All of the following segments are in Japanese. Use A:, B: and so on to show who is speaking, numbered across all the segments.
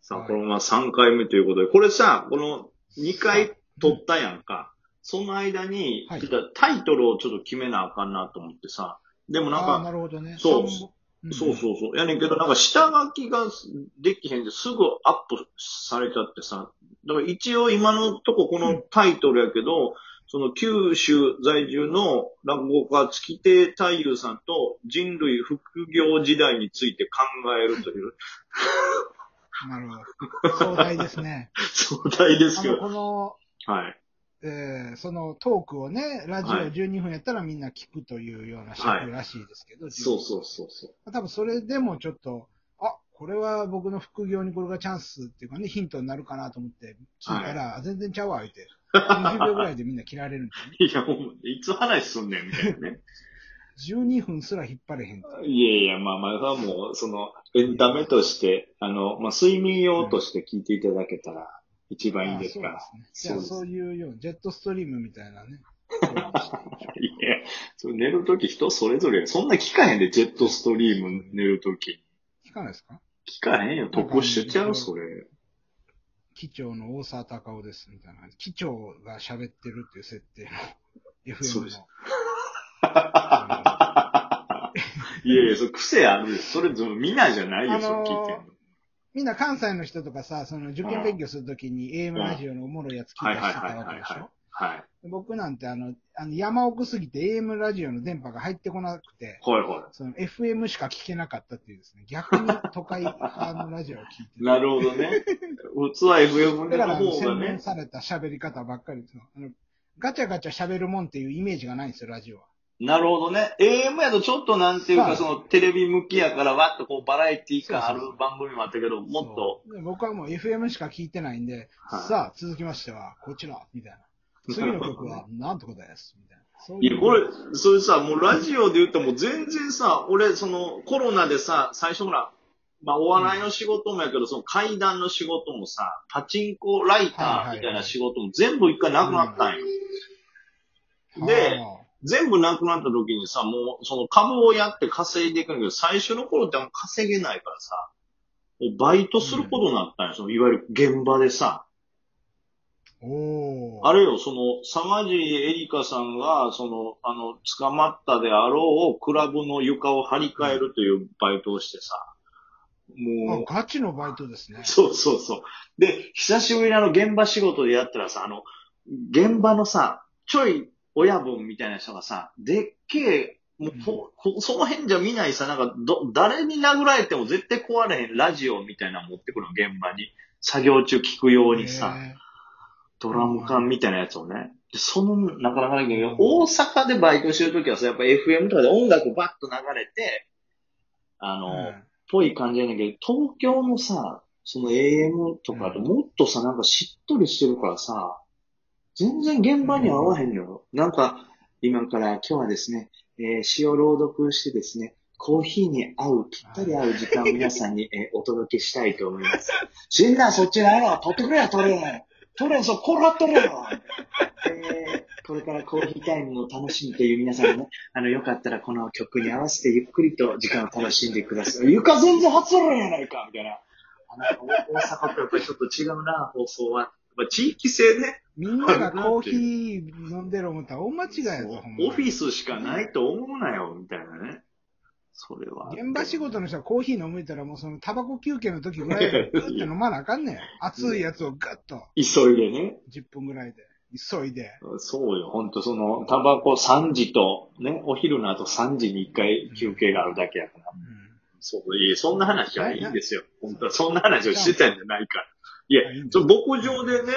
A: さあ、
B: はい
A: このまま3回目ということで、これさ、この2回撮ったやんか。その間に、
B: はい
A: ちょっとタイトルをちょっと決めなあかんなと思ってさ。でもなん
B: ああ、な
A: か、
B: るほどね。
A: そう
B: 三本ん
A: そうそうそう。やねんけど、なんか下書きができへんですぐアップされちゃってさ。だから一応今のとここのタイトルやけど、その九州在住の落語家月亭太夫さんと人類副業時代について考えるという、
B: なるほど。壮大ですね。
A: 壮大 です
B: あ
A: け
B: の、
A: ど。
B: この、
A: はい。
B: えー、そのトークをね、ラジオ
A: はい
B: 12分やったらみんな聞くというような
A: はい
B: 尺らしいですけど、
A: そうそうそうそう。
B: う。多分それでもちょっと、あ、これは僕の副業にこれがチャンスっていうかね、ヒントになるかなと思って聞いたら、あ全然ちゃうわ、言う て。20秒ぐらいでみんな切られるんだよね。
A: いや、ほんまいつ話すんねん、みたいなね。
B: 12分すら引っ張れへん。
A: いやいや、まあまあ、それはもう、その、エンタメとして、あの、まあ、睡眠用として聞いていただけたら、一番いい
B: あ
A: ですから。
B: そうですね。じゃあ
A: そ
B: そうういうような、ジェットストリームみた いなね。
A: いや、それ寝るとき人それぞれ、そんな聞かへんで、ジェットストリーム寝るとき。
B: 聞かないですか
A: 聞かへんよ、特殊ちゃう、それ。
B: 機長の大沢たかおです、みたいな。機長が喋ってるっていう設 定の FM
A: そう
B: の
A: で。すいやいや、それ癖あるでそれ、皆じゃないよ、それ聞いてんの。
B: みんな関西の人とかさ、その受験勉強するときに AM ラジオのおもろいやつ聞いたりしてたわけでし
A: はいはいはいはいは
B: ょ
A: はい。
B: 僕なんてあの、あの山奥すぎて AM ラジオの電波が入ってこなくて、
A: ほいほい。
B: その FM しか聞けなかったっていうですね、逆に都会派のラジオを聞いて
A: なるほどね。普通は FM
B: だ
A: で
B: から
A: の
B: あの
A: 方
B: 洗
A: が
B: 練
A: ね。
B: された喋り方ばっかりですよあのガチャガチャ喋るもんっていうイメージがないんですよ、ラジオは。
A: なるほどね。AM やとちょっとなんていう
B: は
A: か、
B: い
A: そのテレビ向きやから、わっとこうバラエティ感ある
B: そうそう
A: 番組もあったけど、もっと。
B: そうで僕はもう FM しか聞いてないんで、
A: はい
B: さあ、続きましては、こちら、 みたいな。次の曲は、なんとかです、みたいな。そう
A: い
B: い
A: や、
B: う
A: これ、それさ、もうラジオで言っても全然さ、俺、そのコロナでさ、最初ほら、まあお笑いの仕事もやけど、その階段の仕事もさ、パチンコライターみたいな仕事も全部一回なくなったんよ。で、
B: はあ
A: 全部なくなった時にさ、もうその株をやって稼いでいくんだけど、最初の頃ってあんま稼げないからさ、もうバイトすることになったんよ、そのいわゆる現場でさ。
B: おー
A: あれよ、その、沢尻エリカさんが、その、あの、捕まったであろう、クラブの床を張り替えるというバイトをしてさ、もう、
B: あガチのバイトですね。
A: そうそうそう。で、久しぶりにあの現場仕事でやったらさ、あの、現場のさ、ちょい親分みたいな人がさ、でっけえ、もうほほその辺じゃ見ないさ、なんかど、誰に殴られても絶対壊れへんラジオみたいなの持ってくるの、現場に。作業中聞くようにさ、
B: へえ
A: ドラム缶みたいなやつをね。でその、なかなかないけど、大阪でバイトしてるときはさ、やっぱ FM とかで音楽バッと流れて、あの、
B: うん
A: ぽい感じやねんけど、東京のさ、その AM とかって
B: うん
A: もっとさ、なんかしっとりしてるからさ、全然現場に合わへんのよ。なんか、今から今日はですね、えー詩を朗読してですね、コーヒーに合う、ぴったり合う時間を皆さんに、えーお届けしたいと思います。死んだそっちないわ取ってくれよ、取れよ取れよ、そう、こら取れよえーこれからコーヒータイムを楽しむという皆さんも、あの、よかったらこの曲に合わせてゆっくりと時間を楽しんでください。床全然外れるやないかみたいな。あの、お大阪とやっぱりちょっと違うな、放送は。まあ、地域性ね。
B: みんながコーヒー飲んでる思ったら大間違 いやぞ、ほんま
A: オフィスしかないと思うなよ、みたいなね。それは。
B: 現場仕事の人はコーヒー飲めたらもうそのタバコ休憩の時ぐ らいでグッて飲まなあかんねん。熱いやつをガッと
A: 急いでね。
B: 10分ぐらいで急いで。
A: そうよ、ほんとその、タバコ3時と、ね、お昼の後3時に1回休憩があるだけやから。
B: う
A: そう、いえ、そんな話はいいんですよ。本当は、そんな話をしてたんじゃないから。い
B: んあ
A: や、
B: いいんだ
A: その牧場でね、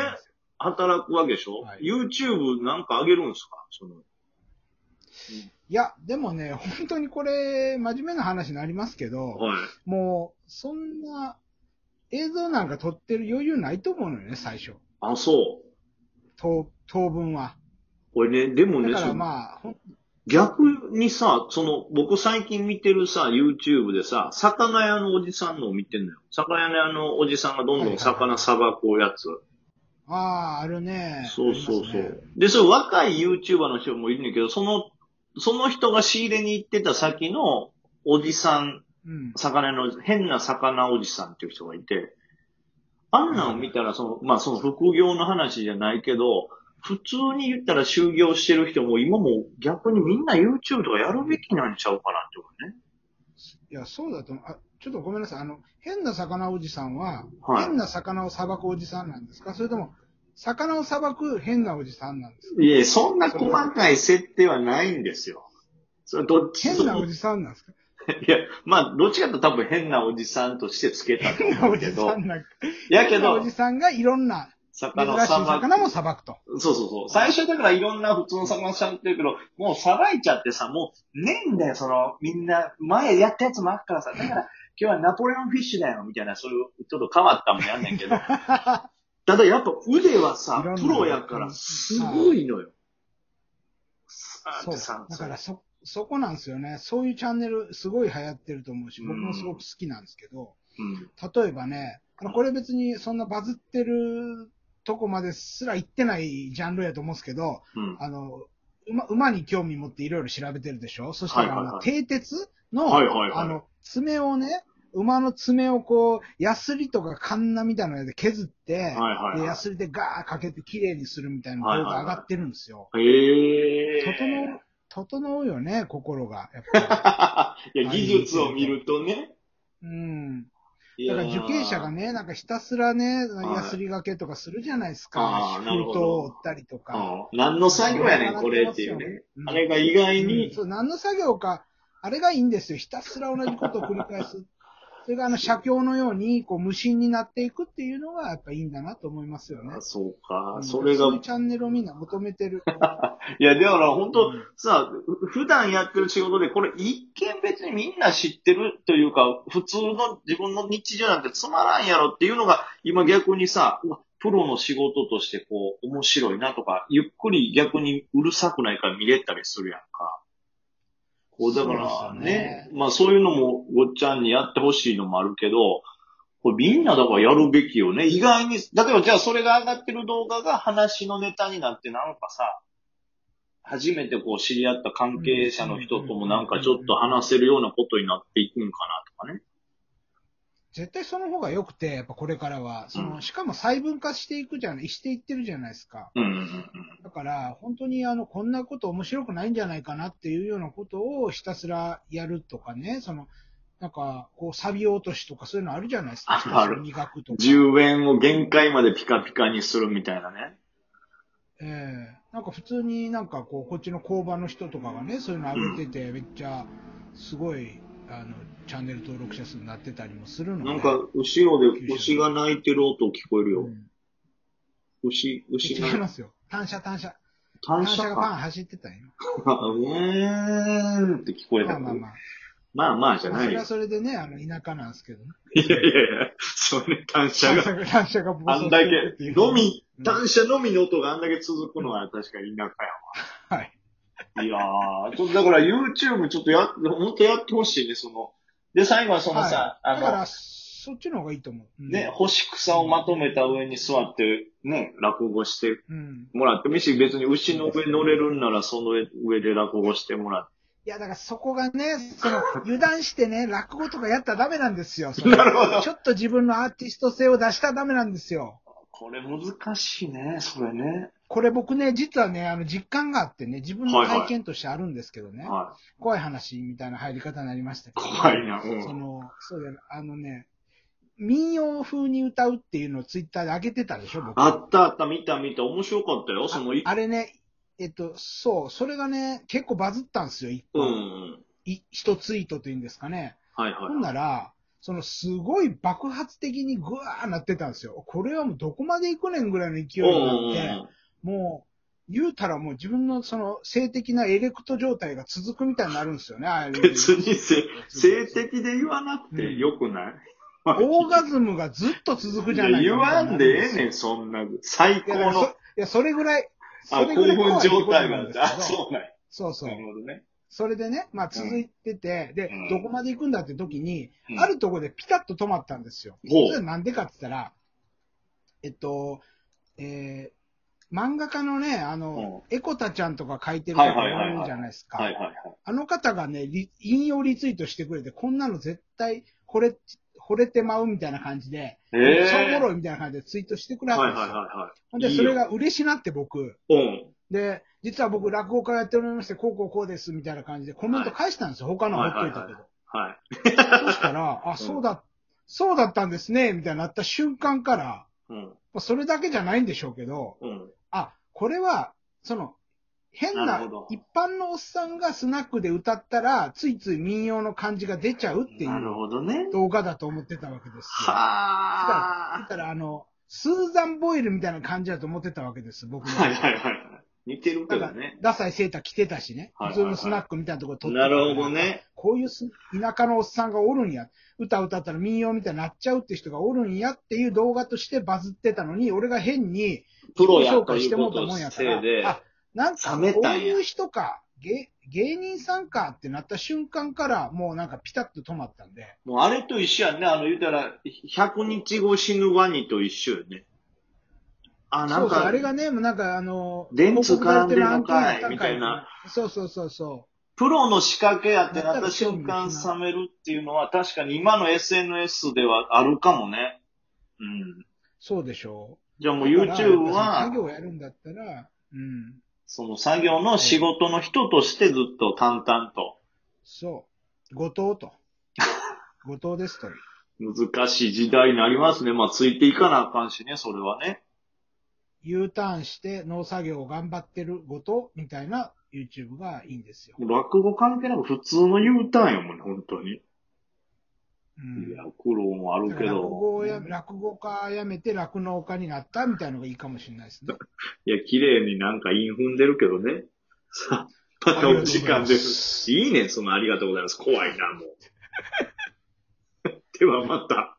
A: 働くわけでしょ、
B: はい
A: ?YouTube なんか上げるんですかその、
B: いや、でもね、本当にこれ、真面目な話になりますけど、
A: はい。
B: もう、そんな、映像なんか撮ってる余裕ないと思うのよね、最初。
A: あ、そう。
B: 当当分は。
A: これね、でも
B: だ
A: ね、
B: か
A: そ
B: ら
A: の
B: まあ、ほん
A: 逆にさ、その、僕最近見てるさ、YouTube でさ、魚屋のおじさんのを見てんのよ。魚屋のおじさんがどんどん魚さばくやつ。
B: ああ、あるね。
A: そうそう
B: あ
A: そ
B: りますね
A: う。で、それ若い YouTuber の人もいるんだけど、その、その人が仕入れに行ってた先のおじさん
B: うん。
A: 魚の、変な魚おじさんっていう人がいて、あんなんを見たら、その、まあその副業の話じゃないけど、普通に言ったら就業してる人も今も逆にみんな YouTube とかやるべきなんちゃうかなって思うね。
B: いや、そうだと思う。あ、ちょっとごめんなさい。あの、変な魚おじさんは、
A: はい
B: 変な魚をさばくおじさんなんですかそれとも、魚をさばく変なおじさんなんですか
A: いえ、そんな細かい設定はないんですよ。それどっち
B: 変なおじさんなんですか
A: いや、まあ、どっちかというと多分変なおじさんとしてつけたと
B: 変な
A: 思
B: お
A: うけ
B: じ
A: ど
B: さ、んなんか。
A: やけ
B: 変な
A: ど
B: おじ、さんがいろんな珍し
A: 魚
B: い
A: をさばく
B: 魚もさばくと。
A: そうそうそう。最初だからいろんな普通の魚さんって言うけど、もうさばいちゃってさ、もうねえんだよ、その、みんな、前やったやつもあるからさ、だから今日はナポレオンフィッシュだよ、みたいな、そういう、ちょっと変わったもんやんねんけ ど。ただやっぱ腕はさ
B: いろん、な
A: プロやから、すごいのよ。さ
B: そう。
A: さ
B: だからそ、そこなんですよね。そういうチャンネルすごい流行ってると思うし、僕もすごく好きなんですけど、
A: うん。
B: 例えばね、あのこれ別にそんなバズってるとこまですら行ってないジャンルやと思うんですけど、
A: うん。
B: あの、馬馬に興味持っていろいろ調べてるでしょそした
A: は
B: ら、
A: いはいはい
B: あの蹄鉄の、
A: はいはいはい
B: あの、爪をね、馬の爪をこう、ヤスリとかカンナみたいなので削って、
A: はいはいはい
B: でヤスリでガーかけて綺麗にするみたいな動画上がってるんですよ。
A: へえ。
B: 整う、整うよね、心が。やっぱり
A: いや、技術を見るとね。
B: うん。
A: いや
B: だか
A: ー
B: ら受刑者がね、なんかひたすらね、
A: はい
B: ヤスリがけとかするじゃないです
A: あ
B: か。
A: ーなる
B: 封
A: ほ
B: 筒
A: ど
B: を折ったりとか。
A: うん何の作業やねん、これっていうね。あれが意外
B: うん、
A: に、
B: そう、何の作業か、あれがいいんですよ。ひたすら同じことを繰り返す。 それがあの、写経のように、こう、無心になっていくっていうのが、やっぱいいんだなと思いますよね
A: あ。そうか
B: う、ん
A: それ
B: そ
A: が、
B: ういう
A: い
B: チャンネルをみんな求めてる。
A: や、だから本当
B: うん
A: さ、ふ普段やってる仕事で、これ一見別にみんな知ってるというか、普通の自分の日常なんてつまらんやろっていうのが、今逆にさ、うわプロの仕事としてこう、面白いなとか、ゆっくり逆にうるさくないから見れたりするやんか。こう、だから
B: そうですよ
A: ね
B: ね、
A: まあそういうのもごっちゃんにやってほしいのもあるけど、これみんなだからやるべきよね。意外に、例えばじゃあそれが上がってる動画が話のネタになってなんかさ、初めてこう知り合った関係者の人ともなんかちょっと話せるようなことになっていくんかなとかね。
B: 絶対その方が良くて、やっぱこれからは、そうの、しかも細分化していくじゃない、していってるじゃないですか。
A: うんうんうん
B: だから、本当にあの、こんなこと面白くないんじゃないかなっていうようなことをひたすらやるとかね、その、なんか、こう、錆び落としとかそういうのあるじゃないですか。
A: ある
B: 磨くと
A: うん。
B: か。
A: 10円を限界までピカピカにするみたいなね。
B: ええなんか普通になんかこう、こっちの工場の人とかがね、そういうの上げてて、めっちゃ、すごい、あの、チャンネル登録者数になってたりもするので。
A: なんか、後ろで牛が鳴いてる音聞こえる
B: う
A: よ。
B: ん、
A: 牛、牛
B: 違いま
A: が。
B: すよ。単車、単車。単
A: 単
B: 車
A: 車
B: がパン
A: か。
B: 走ってたよ。
A: うーんって聞こえ
B: ま
A: た
B: あ
A: けど
B: まあまあ。
A: まあまあじゃ
B: ま
A: ない
B: あそれ
A: よ
B: は。それでね、あの、田舎なんですけどね。
A: いやいやいや、それ単車
B: 単
A: が。
B: 車が、単車が暴
A: あ
B: 走
A: ん
B: し
A: だ
B: てるって
A: け
B: い、う
A: のみ
B: う、ん
A: 単車のみの音があんだけ続くのは確かに田舎や
B: はい。
A: いやー、ちょっとだから YouTube ちょっとや、ほんとやってほしいね、その。で、最後はそのさ、
B: はい、だか
A: あ
B: ら、そっちの方がいいと思う。う
A: の、
B: ん
A: ね、干し草をまとめた上に座って、ね、落語して
B: うん。
A: もらってもいいし、別に牛の上乗れるんならその上上で落語してもらっ
B: いや、だからそこがね、その、油断してね、落語とかやったらダメ なんですよ。そ
A: て。
B: の
A: なるほど。
B: ちょっと自分のアーティスト性を出したらダメなんですよ。
A: これ難しいね、それね。
B: これ僕ね、実はね、あの、実感があってね、自分の体験としてあるんですけどね、
A: はい。
B: 怖い話みたいな入り方になりましたけど、
A: 怖いな、う
B: そ
A: ん。
B: の、そうだよ、あのね、民謡風に歌うっていうのをツイッターで上げてたでしょ、僕。
A: あったあった、見た見た、面白かったよ、その、い
B: あれね、えっと、そう、それがね、結構バズったんですよ、一
A: うん
B: 個。
A: うん。
B: い一ツイートというんですかね。
A: はいはい
B: ほ。んなら、そのすごい爆発的にぐわーなってたんですよ。これはもうどこまで行くねんぐらいの勢いになって、もう、言うたらもう自分のその性的なエレクト状態が続くみたいになるんですよね、ああ
A: う
B: いう
A: んうん別に性性的で言わなくて
B: うん
A: よくない、
B: オーガズムがずっと続くじゃない
A: い
B: か
A: や言わんでええねん、そんな。最
B: い
A: 高
B: や、だからそ
A: の
B: い、やそれぐらい、そ
A: あ、
B: れぐらい
A: 興奮
B: 怖いってこ
A: 状
B: と
A: 態
B: な
A: なんん
B: です
A: だ。あ、
B: けど
A: そうなんや
B: そうそう
A: な。るほどね。
B: それでね、まあ続いてて、で
A: うん、
B: どこまで行くんだって時に、
A: うん
B: あるとこでピタッと止まったんですよ。
A: ほう
B: それはなんでかって言ったら、えっと、えー、漫画家のね、あの、エコタちゃんとか書いてる方
A: はいはいはいはい
B: いるじゃないです
A: はい
B: か。
A: はいはい。
B: あの方がね、リ引用リツイートしてくれて、こんなの絶対、これ、惚れてまうみたいな感じで、
A: え
B: そ
A: え
B: うおもろいみたいな感じでツイートしてくれはった
A: は
B: ん
A: い
B: ですよ。
A: は
B: ほんで、それが嬉しなって僕。
A: いはいはい。うん。
B: で、実は僕落語家やっておりまして、こうこうこうですみたいな感じでコメント返したんですよ。他のほっといた
A: はい
B: けど。
A: はい。
B: そしたら、あ、そうだ、そうだったんですね、みたいになった瞬間から、
A: うん。
B: まあそれだけじゃないんでしょうけど、
A: うん。
B: あ、これは、その、変
A: な
B: な
A: るほど、
B: 一般のおっさんがスナックで歌ったら、ついつい民謡の感じが出ちゃうってい
A: なる
B: う
A: ほどね。
B: 動画だと思ってたわけですよ。だ
A: はあ。
B: から、あの、スーザン・ボイルみたいな感じだと思ってたわけです、僕
A: はいはいはい
B: は。
A: はい。似てるけどね。
B: ダサいセーター着てたしね。
A: はいは
B: 普
A: い
B: 通
A: はい
B: のスナックみたいなところ撮って
A: な
B: たから
A: るほど。ね。
B: こういうす田舎のおっさんがおるんや。歌歌ったら民謡みたいになっちゃうって人がおるんやっていう動画としてバズってたのに、俺が変に、
A: プロやということのせいで、
B: あ、なんか、
A: 冷
B: こ
A: め
B: う
A: たんや
B: いう人か、芸芸人さんかってなった瞬間から、もうなんかピタッと止まったんで、
A: もうあれと一緒やんね。あの、言うたら、100日後死ぬワニと一緒よね。あ、な
B: そ
A: ん
B: うそう、
A: か、
B: あれがね、もうなんかあの、
A: 電通
B: 報告さ
A: 絡ん
B: れて
A: で
B: る
A: る
B: 案
A: の
B: 件が
A: か
B: 高
A: いみたいな。。
B: そうそうそうそ
A: プロの仕掛けやってなった瞬
B: な
A: 間
B: んか
A: 冷めるっていうのは確かに今の SNS ではあるかもね。うん。
B: う、そうでしょ
A: じゃあ
B: う。
A: もう YouTube は
B: 作、業をやるんだったら、うん、
A: その作業の仕事の人としてずっと淡々と。
B: そう、後藤と。 後藤ですと。
A: 難しい時代になりますね。まあ、ついていかなあかんしね、それはね。
B: U ターンして農作業を頑張ってる後藤みたいな YouTube がいいんですよ。
A: もう落語関係なく普通の U ターンやもんね、本当に。
B: うん
A: いや、苦労もあるけ
B: 落語
A: ど
B: を。や落語家やめて酪農家になったみたいなのがいいかもしれないですね。
A: いや、綺麗になんか韻踏んでるけどね。さあ、またお時間 です。いいね、そのありがとうございます。怖いな、もう。ではまた。